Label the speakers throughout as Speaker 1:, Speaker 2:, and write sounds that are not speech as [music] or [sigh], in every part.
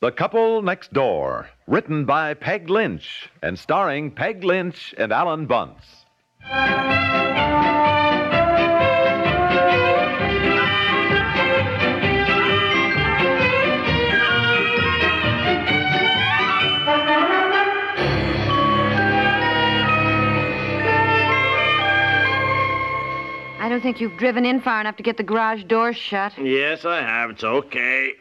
Speaker 1: The Couple Next Door, written by Peg Lynch and starring Peg Lynch and Alan Bunce.
Speaker 2: I don't think you've driven in far enough to get the garage door shut.
Speaker 3: Yes, I have. It's okay.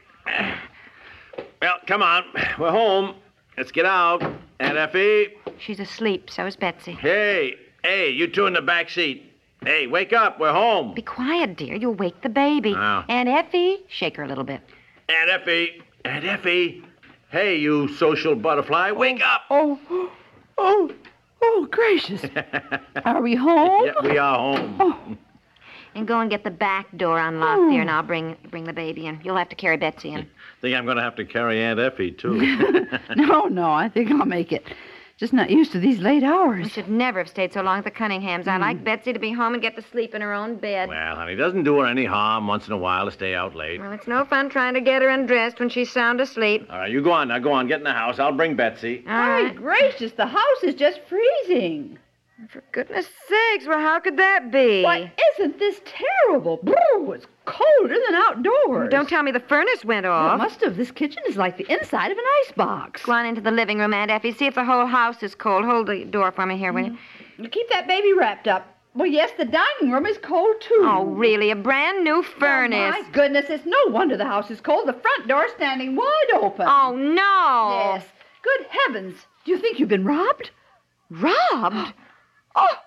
Speaker 3: Well, come on. We're home. Let's get out. Aunt Effie.
Speaker 2: She's asleep, so is Betsy.
Speaker 3: Hey, hey, you two in the [laughs] back seat. Hey, wake up. We're home.
Speaker 2: Be quiet, dear. You'll wake the baby.
Speaker 3: Oh.
Speaker 2: Aunt Effie, shake her a little bit.
Speaker 3: Aunt Effie. Aunt Effie. E, Hey, you social butterfly. Wake up.
Speaker 4: Oh, oh, oh, gracious. Are we home?
Speaker 3: Yeah, we are home.
Speaker 2: And go and get the back door unlocked, dear,
Speaker 4: Hmm.
Speaker 2: and I'll bring bring the baby in. You'll have to carry Betsy in.
Speaker 3: Think I'm going to have to carry Aunt Effie, too.
Speaker 4: [laughs] No, no, I think I'll make it. Just not used to these late
Speaker 2: We
Speaker 4: hours.
Speaker 2: should never have stayed so long at the Cunninghams.
Speaker 4: Hmm.
Speaker 2: I like Betsy to be home and get to sleep in her own bed.
Speaker 3: well, honey, doesn't do her any harm once in a while to stay out late.
Speaker 2: Well, it's no fun trying to get her undressed when she's sound asleep.
Speaker 3: All right, you go on now. Go on. Get in the house. I'll bring Betsy.
Speaker 2: All
Speaker 4: My
Speaker 2: right.
Speaker 4: gracious, the house is just freezing.
Speaker 2: For goodness sakes, well, how could that be?
Speaker 4: Why, isn't this terrible? Brr, it's colder than outdoors.
Speaker 2: Don't tell me the furnace went
Speaker 4: Well,
Speaker 2: off.
Speaker 4: it must have. This kitchen is like the inside of an icebox.
Speaker 2: Go on into the living room, Aunt Effie. See if the whole house is cold. Hold the door for me here, will you?
Speaker 4: You Keep that baby wrapped up. Well, yes, the dining room is cold, too.
Speaker 2: Oh, really? A brand new
Speaker 4: Oh,
Speaker 2: furnace.
Speaker 4: my goodness, it's no wonder the house is cold. The front door's standing wide open.
Speaker 2: Oh, no.
Speaker 4: Yes. Good heavens. Do you think you've been robbed?
Speaker 2: Robbed? oh,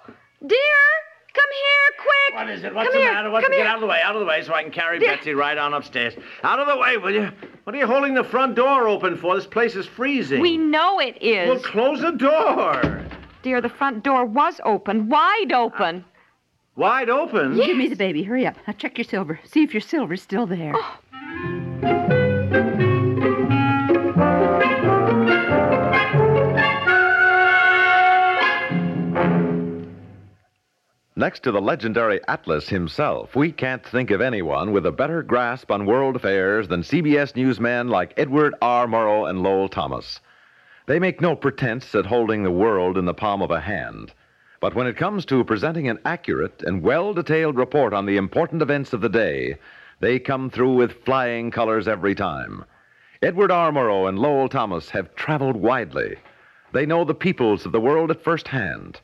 Speaker 2: dear, come here quick.
Speaker 3: What is it? What's
Speaker 2: come
Speaker 3: the
Speaker 2: here.
Speaker 3: matter? What's
Speaker 2: come
Speaker 3: Get
Speaker 2: here.
Speaker 3: out of the way, out of the way, so I can carry
Speaker 2: There.
Speaker 3: Betsy right on upstairs. Out of the way, will you? What are you holding the front door open for? This place is freezing.
Speaker 2: We know it is.
Speaker 3: Well, close the door.
Speaker 2: dear, the front door was open, wide open.
Speaker 3: Wide open.
Speaker 4: Give me the baby. Hurry up. Now check your silver. See if your silver's still there.
Speaker 1: Next to the legendary Atlas himself, we can't think of anyone with a better grasp on world affairs than CBS newsmen like Edward R. Murrow and Lowell Thomas. They make no pretense at holding the world in the palm of a hand. But when it comes to presenting an accurate and well detailed report on the important events of the day, they come through with flying colors every time. Edward R. Murrow and Lowell Thomas have traveled widely. They know the peoples of the world at first hand.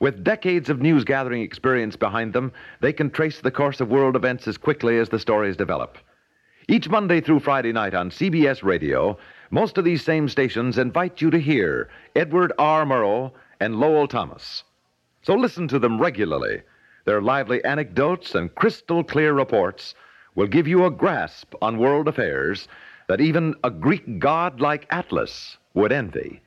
Speaker 1: With decades of news gathering experience behind them, they can trace the course of world events as quickly as the stories develop. Each Monday through Friday night on CBS Radio, most of these same stations invite you to hear Edward R. Murrow and Lowell Thomas. So listen to them regularly. Their lively anecdotes and crystal clear reports will give you a grasp on world affairs that even a Greek god like Atlas would envy.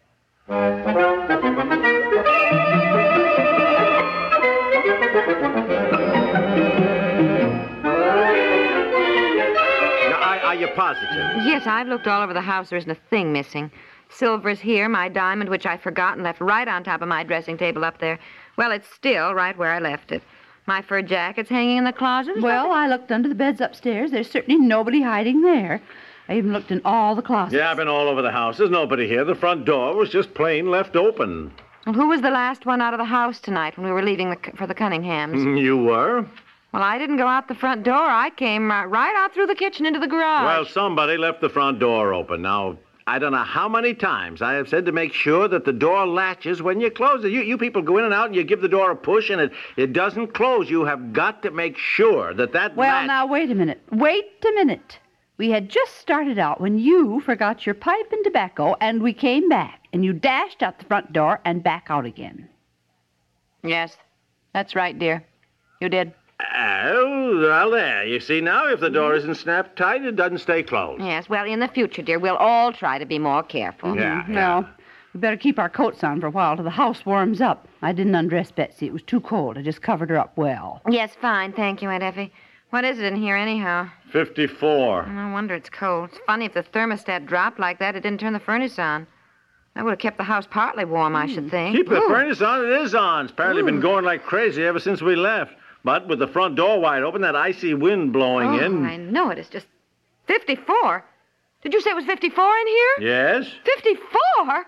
Speaker 3: Now, are, are you
Speaker 4: Uh.
Speaker 3: positive?
Speaker 2: Yes, I've looked all over the house. There isn't a thing missing. Silver's here, my diamond, which I forgot and left right on top of my dressing table up there. Well, it's still right where I left it. My fur jacket's hanging in the closet. There's
Speaker 4: Well,
Speaker 2: nothing-
Speaker 4: I looked under the beds upstairs. There's certainly nobody hiding there. I even looked in all the closets.
Speaker 3: Yeah, I've been all over the house. There's nobody here. The front door was just plain left open. [laughs]
Speaker 2: Well, who was the last one out of the house tonight when we were leaving the, for the Cunninghams?
Speaker 3: You were?
Speaker 2: Well, I didn't go out the front door. I came right, right out through the kitchen into the garage.
Speaker 3: Well, somebody left the front door open. Now, I don't know how many times I have said to make sure that the door latches when you close it. You, you people go in and out and you give the door a push and it, it doesn't close. You have got to make sure that that
Speaker 4: Well,
Speaker 3: latch...
Speaker 4: now, wait a minute. Wait a minute. We had just started out when you forgot your pipe and tobacco, and we came back, and you dashed out the front door and back out again.
Speaker 2: yes, that's right, dear. You did.
Speaker 3: Oh, well, there. You see now, if the door isn't snapped tight, it doesn't stay closed.
Speaker 2: Yes, well, in the future, dear, we'll all try to be more careful.
Speaker 3: Yeah,
Speaker 4: Mhm.
Speaker 3: yeah.
Speaker 4: Well, we better keep our coats on for a while till the house warms up. I didn't undress Betsy. It was too cold. I just covered her up well.
Speaker 2: Yes, fine. Thank you, Aunt Effie. What is it in here, anyhow?
Speaker 3: 54.
Speaker 2: No wonder it's cold. It's funny if the thermostat dropped like that, it didn't turn the furnace on. That would have kept the house partly warm, I should think.
Speaker 3: Hmm. Keep the furnace on. It is on. It's apparently been going like crazy ever since we left. But with the front door wide open, that icy wind blowing
Speaker 2: oh,
Speaker 3: in.
Speaker 2: I know it. It's just 54. Did you say it was 54 in here?
Speaker 3: Yes?
Speaker 2: 54? Oh,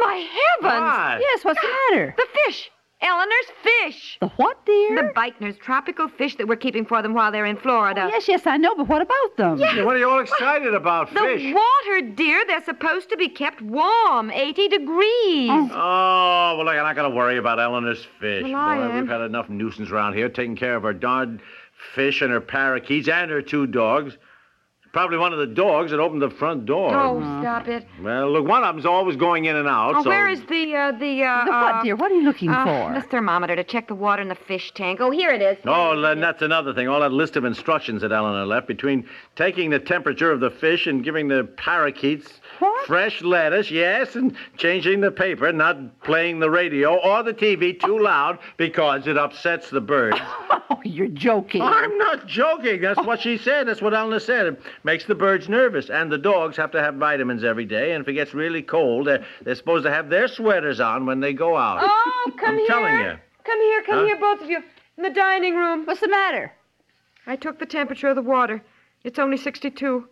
Speaker 2: my heavens!
Speaker 3: What?
Speaker 4: Yes, what's the matter?
Speaker 2: The fish. Eleanor's fish.
Speaker 4: The what, dear?
Speaker 2: The Bikner's tropical fish that we're keeping for them while they're in Florida.
Speaker 4: Oh, Yes, yes, I know, but what about them?
Speaker 3: Yeah, What are you all excited about,
Speaker 2: The
Speaker 3: fish?
Speaker 2: water, dear, they're supposed to be kept warm, 80 degrees.
Speaker 3: Oh, well, look, I'm not going to worry about Eleanor's fish.
Speaker 2: Well,
Speaker 3: Boy,
Speaker 2: I am.
Speaker 3: we've had enough nuisance around here taking care of her darned fish and her parakeets and her two dogs. Probably one of the dogs that opened the front door.
Speaker 2: Oh, stop it.
Speaker 3: Well, look, one of them's always going in and out.
Speaker 2: Oh,
Speaker 3: so...
Speaker 2: where is the, uh, the, uh,
Speaker 4: The what,
Speaker 2: uh,
Speaker 4: dear? What are you looking
Speaker 2: uh,
Speaker 4: for?
Speaker 2: This thermometer to check the water in the fish tank. Oh, here it is.
Speaker 3: Oh, and that's another thing. All that list of instructions that Eleanor left between taking the temperature of the fish and giving the parakeets
Speaker 4: What?
Speaker 3: fresh lettuce, yes, and changing the paper, not playing the radio or the TV too loud because it upsets the birds.
Speaker 4: [laughs] Oh, you're joking.
Speaker 3: [laughs] I'm not joking. That's what she said. That's what Eleanor said. It makes the birds nervous, and the dogs have to have vitamins every day. And if it gets really cold, they're, they're supposed to have their sweaters on when they go out.
Speaker 2: Oh, come
Speaker 3: I'm
Speaker 2: here.
Speaker 3: telling you.
Speaker 2: Come here, come
Speaker 3: Huh?
Speaker 2: here, both of you. In the dining room.
Speaker 4: What's the matter?
Speaker 2: I took the temperature of the water. It's only 62.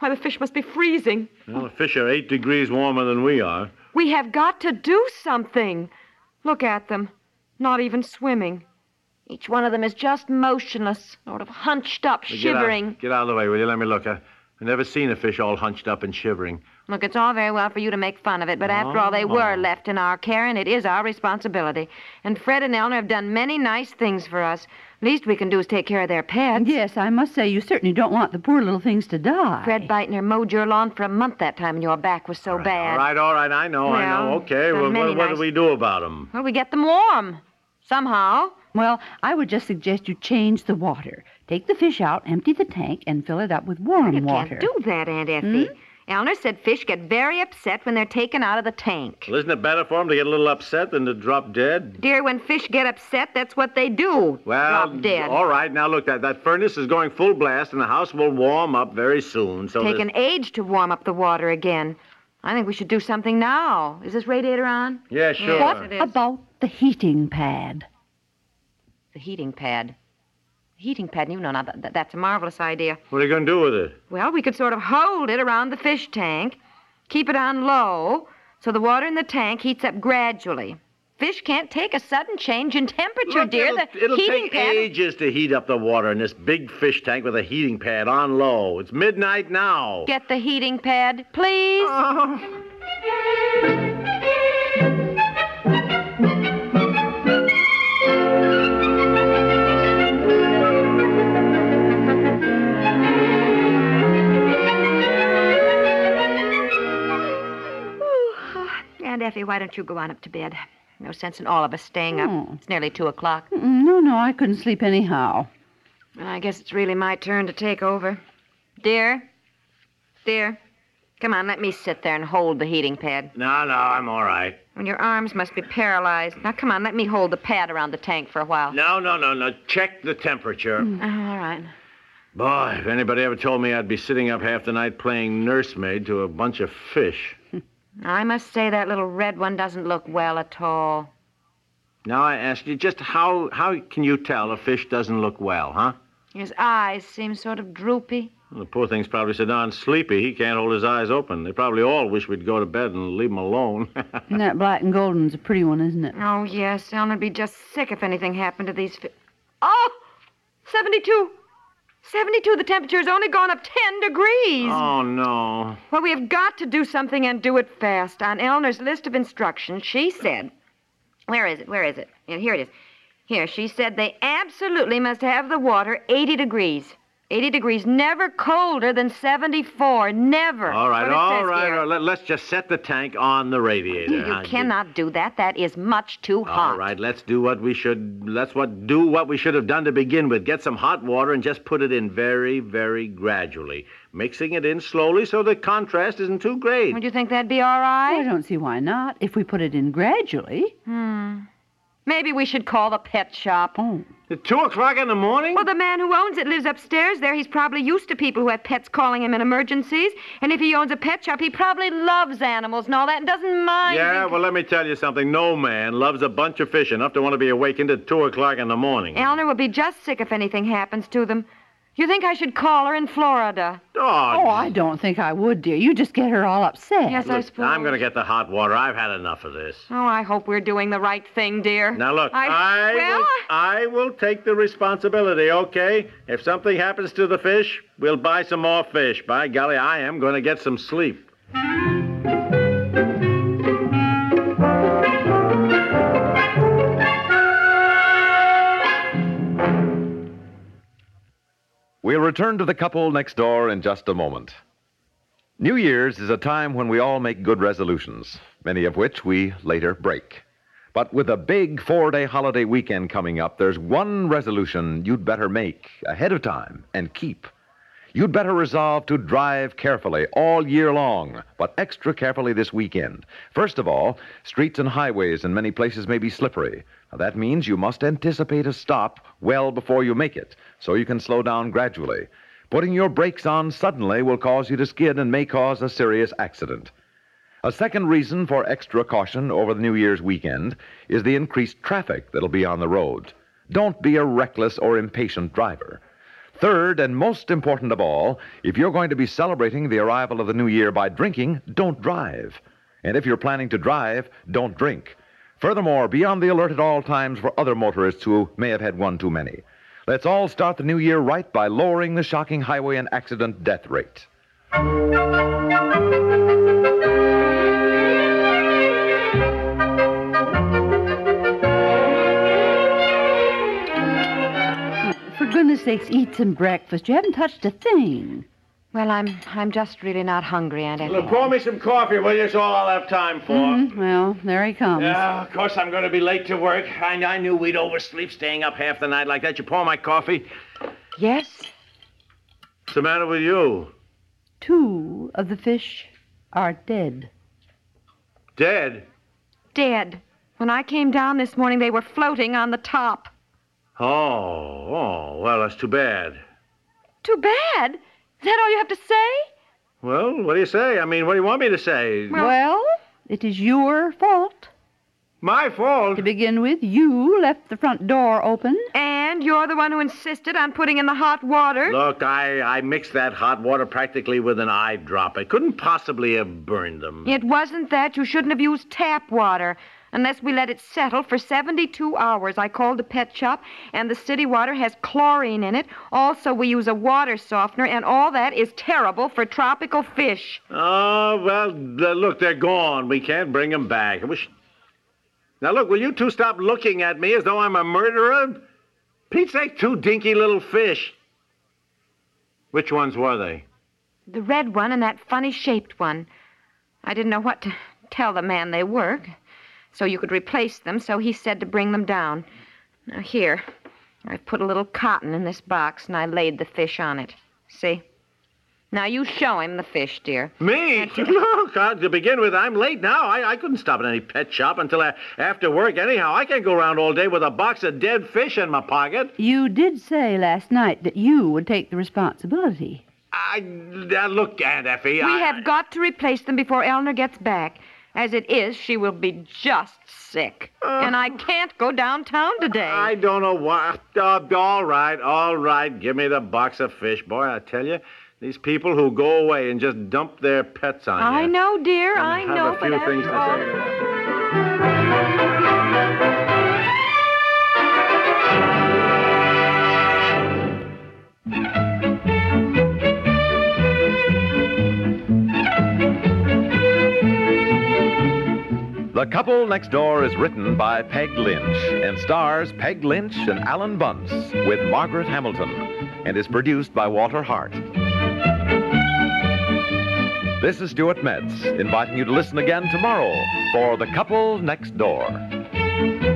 Speaker 2: Why, the fish must be freezing.
Speaker 3: Well, the fish are eight degrees warmer than we are.
Speaker 2: We have got to do something. Look at them. Not even swimming. Each one of them is just motionless, sort of hunched up,
Speaker 3: Get out-
Speaker 2: shivering.
Speaker 3: Get out, of the way, will you? Let me look. I, I've never seen a fish all hunched up and shivering.
Speaker 2: Look, it's all very well for you to make fun of it, but after all,
Speaker 3: Oh.
Speaker 2: they were left in our care, and it is our responsibility. And Fred and Eleanor have done many nice things for us. Least we can do is take care of their pets.
Speaker 4: Yes, I must say, you certainly don't want the poor little things to die.
Speaker 2: Fred Beitner mowed your lawn for a month that time, and your back was so bad.
Speaker 3: All right, all right. I know, I know.
Speaker 2: Well,
Speaker 3: Okay,
Speaker 2: done
Speaker 3: well,
Speaker 2: many
Speaker 3: what, what
Speaker 2: nice-
Speaker 3: do we do about them?
Speaker 2: Well, we get them warm. Somehow.
Speaker 4: Well, I would just suggest you change the water. Take the fish out, empty the tank, and fill it up with warm
Speaker 2: You
Speaker 4: water.
Speaker 2: can't do that, Aunt Effie. Eleanor said fish get very upset when they're taken out of the tank.
Speaker 3: Well, isn't it better for them to get a little upset than to drop dead?
Speaker 2: Dear, when fish get upset, that's what they do.
Speaker 3: Well,
Speaker 2: drop dead.
Speaker 3: all right. Now, look, that, that furnace is going full blast, and the house will warm up very soon. So
Speaker 2: Take
Speaker 3: there's-
Speaker 2: an age to warm up the water again. I think we should do something now. Is this radiator on?
Speaker 3: Yeah, sure.
Speaker 2: Yes,
Speaker 4: What
Speaker 2: it is.
Speaker 4: about the heating pad?
Speaker 2: The heating pad. The heating pad, you know, now that, that's a marvelous idea.
Speaker 3: What are you going to do with it?
Speaker 2: Well, we could sort of hold it around the fish tank, keep it on low, so the water in the tank heats up gradually. Fish can't take a sudden change in temperature,
Speaker 3: Look,
Speaker 2: dear.
Speaker 3: it'll,
Speaker 2: the
Speaker 3: it'll
Speaker 2: heating
Speaker 3: take
Speaker 2: pad.
Speaker 3: ages to heat up the water in this big fish tank with a heating pad on low. It's midnight now.
Speaker 2: Get the heating pad, please.
Speaker 3: Oh.
Speaker 2: Oh, Aunt Effie, why don't you go on up to bed? No sense in all of us staying up. It's nearly two o'clock.
Speaker 4: Mm, No, no, I couldn't sleep anyhow.
Speaker 2: Well, I guess it's really my turn to take over. Dear, dear, come on, let me sit there and hold the heating pad.
Speaker 3: No, no, I'm all right.
Speaker 2: And your arms must be paralyzed. Now, come on, let me hold the pad around the tank for a while.
Speaker 3: No, no, no, no. Check the temperature.
Speaker 2: Oh, all right.
Speaker 3: Boy, if anybody ever told me I'd be sitting up half the night playing nursemaid to a bunch of fish.
Speaker 2: I must say that little red one doesn't look well at all.
Speaker 3: Now I ask you, just how how can you tell a fish doesn't look well, huh?
Speaker 2: His eyes seem sort of droopy.
Speaker 3: Well, the poor thing's probably so darn sleepy he can't hold his eyes open. They probably all wish we'd go to bed and leave him alone. [laughs]
Speaker 4: And that black and golden's a pretty one, isn't it?
Speaker 2: Oh, yes, Eleanor'd be just sick if anything happened to these fi- Oh! 72! 72, the temperature's only gone up 10 degrees.
Speaker 3: oh no.
Speaker 2: Well, we have got to do something and do it fast. On Eleanor's list of instructions, she said, Where is it? Where is it? And here it is. Here, she said they absolutely must have the water 80 degrees. 80 degrees, never colder than 74. Never.
Speaker 3: All right,
Speaker 2: That's what it
Speaker 3: all
Speaker 2: says
Speaker 3: right,
Speaker 2: here.
Speaker 3: all right. Let's just set the tank on the radiator.
Speaker 2: You
Speaker 3: huh?
Speaker 2: cannot do that. That is much too hot.
Speaker 3: All right, let's do what we should. Let's what do what we should have done to begin with. Get some hot water and just put it in very, very gradually, mixing it in slowly so the contrast isn't too great.
Speaker 2: Would you think that'd be all
Speaker 4: I
Speaker 2: right?
Speaker 4: don't see why not. If we put it in gradually.
Speaker 2: Maybe we should call the pet shop.
Speaker 4: Oh.
Speaker 3: At two o'clock in the morning?
Speaker 2: Well, the man who owns it lives upstairs there. He's probably used to people who have pets calling him in emergencies. And if he owns a pet shop, he probably loves animals and all that and doesn't mind.
Speaker 3: yeah,
Speaker 2: being-
Speaker 3: well, let me tell you something. No man loves a bunch of fish enough to want to be awakened at two o'clock in the morning.
Speaker 2: Eleanor will be just sick if anything happens to them. You think I should call her in Florida?
Speaker 3: Oh,
Speaker 4: Oh, I don't think I would, dear. You just get her all upset.
Speaker 2: Yes, I suppose.
Speaker 3: I'm going to get the hot water. I've had enough of this.
Speaker 2: Oh, I hope we're doing the right thing, dear.
Speaker 3: Now look, I,
Speaker 2: well,
Speaker 3: will, I will take the responsibility, okay? If something happens to the fish, we'll buy some more fish. By golly, I am going to get some sleep.
Speaker 1: We'll return to the couple next door in just a moment. New Year's is a time when we all make good resolutions, many of which we later break. But with a big four day holiday weekend coming up, there's one resolution you'd better make ahead of time and keep. You'd better resolve to drive carefully all year long, but extra carefully this weekend. First of all, streets and highways in many places may be slippery. Now, that means you must anticipate a stop well before you make it, so you can slow down gradually. Putting your brakes on suddenly will cause you to skid and may cause a serious accident. A second reason for extra caution over the New Year's weekend is the increased traffic that'll be on the road. Don't be a reckless or impatient driver. Third, and most important of all, if you're going to be celebrating the arrival of the new year by drinking, don't drive. And if you're planning to drive, don't drink. Furthermore, be on the alert at all times for other motorists who may have had one too many. Let's all start the new year right by lowering the shocking highway and accident death rate.
Speaker 4: For goodness sakes, eat some breakfast. You haven't touched a thing.
Speaker 2: well, I'm I'm just really not hungry, Aunt Effie.
Speaker 3: Look, pour me some coffee, will you? It's all I'll have time for.
Speaker 2: Mm-hmm.
Speaker 4: Mm, Well, there he comes.
Speaker 3: Mm-hmm. Yeah, of course I'm going to be late to work. I, I knew we'd oversleep staying up half the night like that. You pour my coffee?
Speaker 2: Yes?
Speaker 3: What's the matter with you?
Speaker 4: Two of the fish are dead.
Speaker 3: Dead?
Speaker 2: Dead. When I came down this morning, they were floating on the top.
Speaker 3: Oh, oh, well, that's too bad.
Speaker 2: Too bad. Is that all you have to say?
Speaker 3: Well, what do you say? I mean, what do you want me to say?
Speaker 2: Well-
Speaker 4: Well, it is your fault.
Speaker 3: My fault.
Speaker 4: To begin with, you left the front door open.
Speaker 2: And you're the one who insisted on putting in the hot water.
Speaker 3: Look, I, I mixed that hot water practically with an eyedrop. I couldn't possibly have burned them.
Speaker 2: It wasn't that. You shouldn't have used tap water. Unless we let it settle for 72 hours. I called the pet shop, and the city water has chlorine in it. Also, we use a water softener, and all that is terrible for tropical fish.
Speaker 3: Oh, well, th- look, they're gone. We can't bring them back. I wish. Now, look, will you two stop looking at me as though I'm a murderer? Pete's sake, two dinky little fish. Which ones were they?
Speaker 2: The red one and that funny shaped one. I didn't know what to tell the man they were, so you could replace them, so he said to bring them down. Now, here, I put a little cotton in this box and I laid the fish on it. See? Now, you show him the fish, dear.
Speaker 3: Me? [laughs]
Speaker 2: That's it.
Speaker 3: Look, uh, to begin with, I'm late now. I, I couldn't stop at any pet shop until a- after work, anyhow. I can't go around all day with a box of dead fish in my pocket.
Speaker 4: You did say last night that you would take the responsibility.
Speaker 3: I, now, look, Aunt Effie.
Speaker 2: We
Speaker 3: I,
Speaker 2: have got to replace them before Eleanor gets back. As it is, she will be just sick. and I can't go downtown today.
Speaker 3: I don't know why. Uh, all right, all right. Give me the box of fish, boy. I tell you, these people who go away and just dump their pets on you.
Speaker 2: I know, dear,
Speaker 3: and
Speaker 2: I
Speaker 3: have
Speaker 2: know,
Speaker 3: a
Speaker 2: but
Speaker 3: few
Speaker 2: after
Speaker 3: things to
Speaker 2: all-
Speaker 3: say to them.
Speaker 1: The Couple Next Door is written by Peg Lynch and stars Peg Lynch and Alan Bunce with Margaret Hamilton and is produced by Walter Hart. This is Stuart Metz inviting you to listen again tomorrow for The Couple Next Door.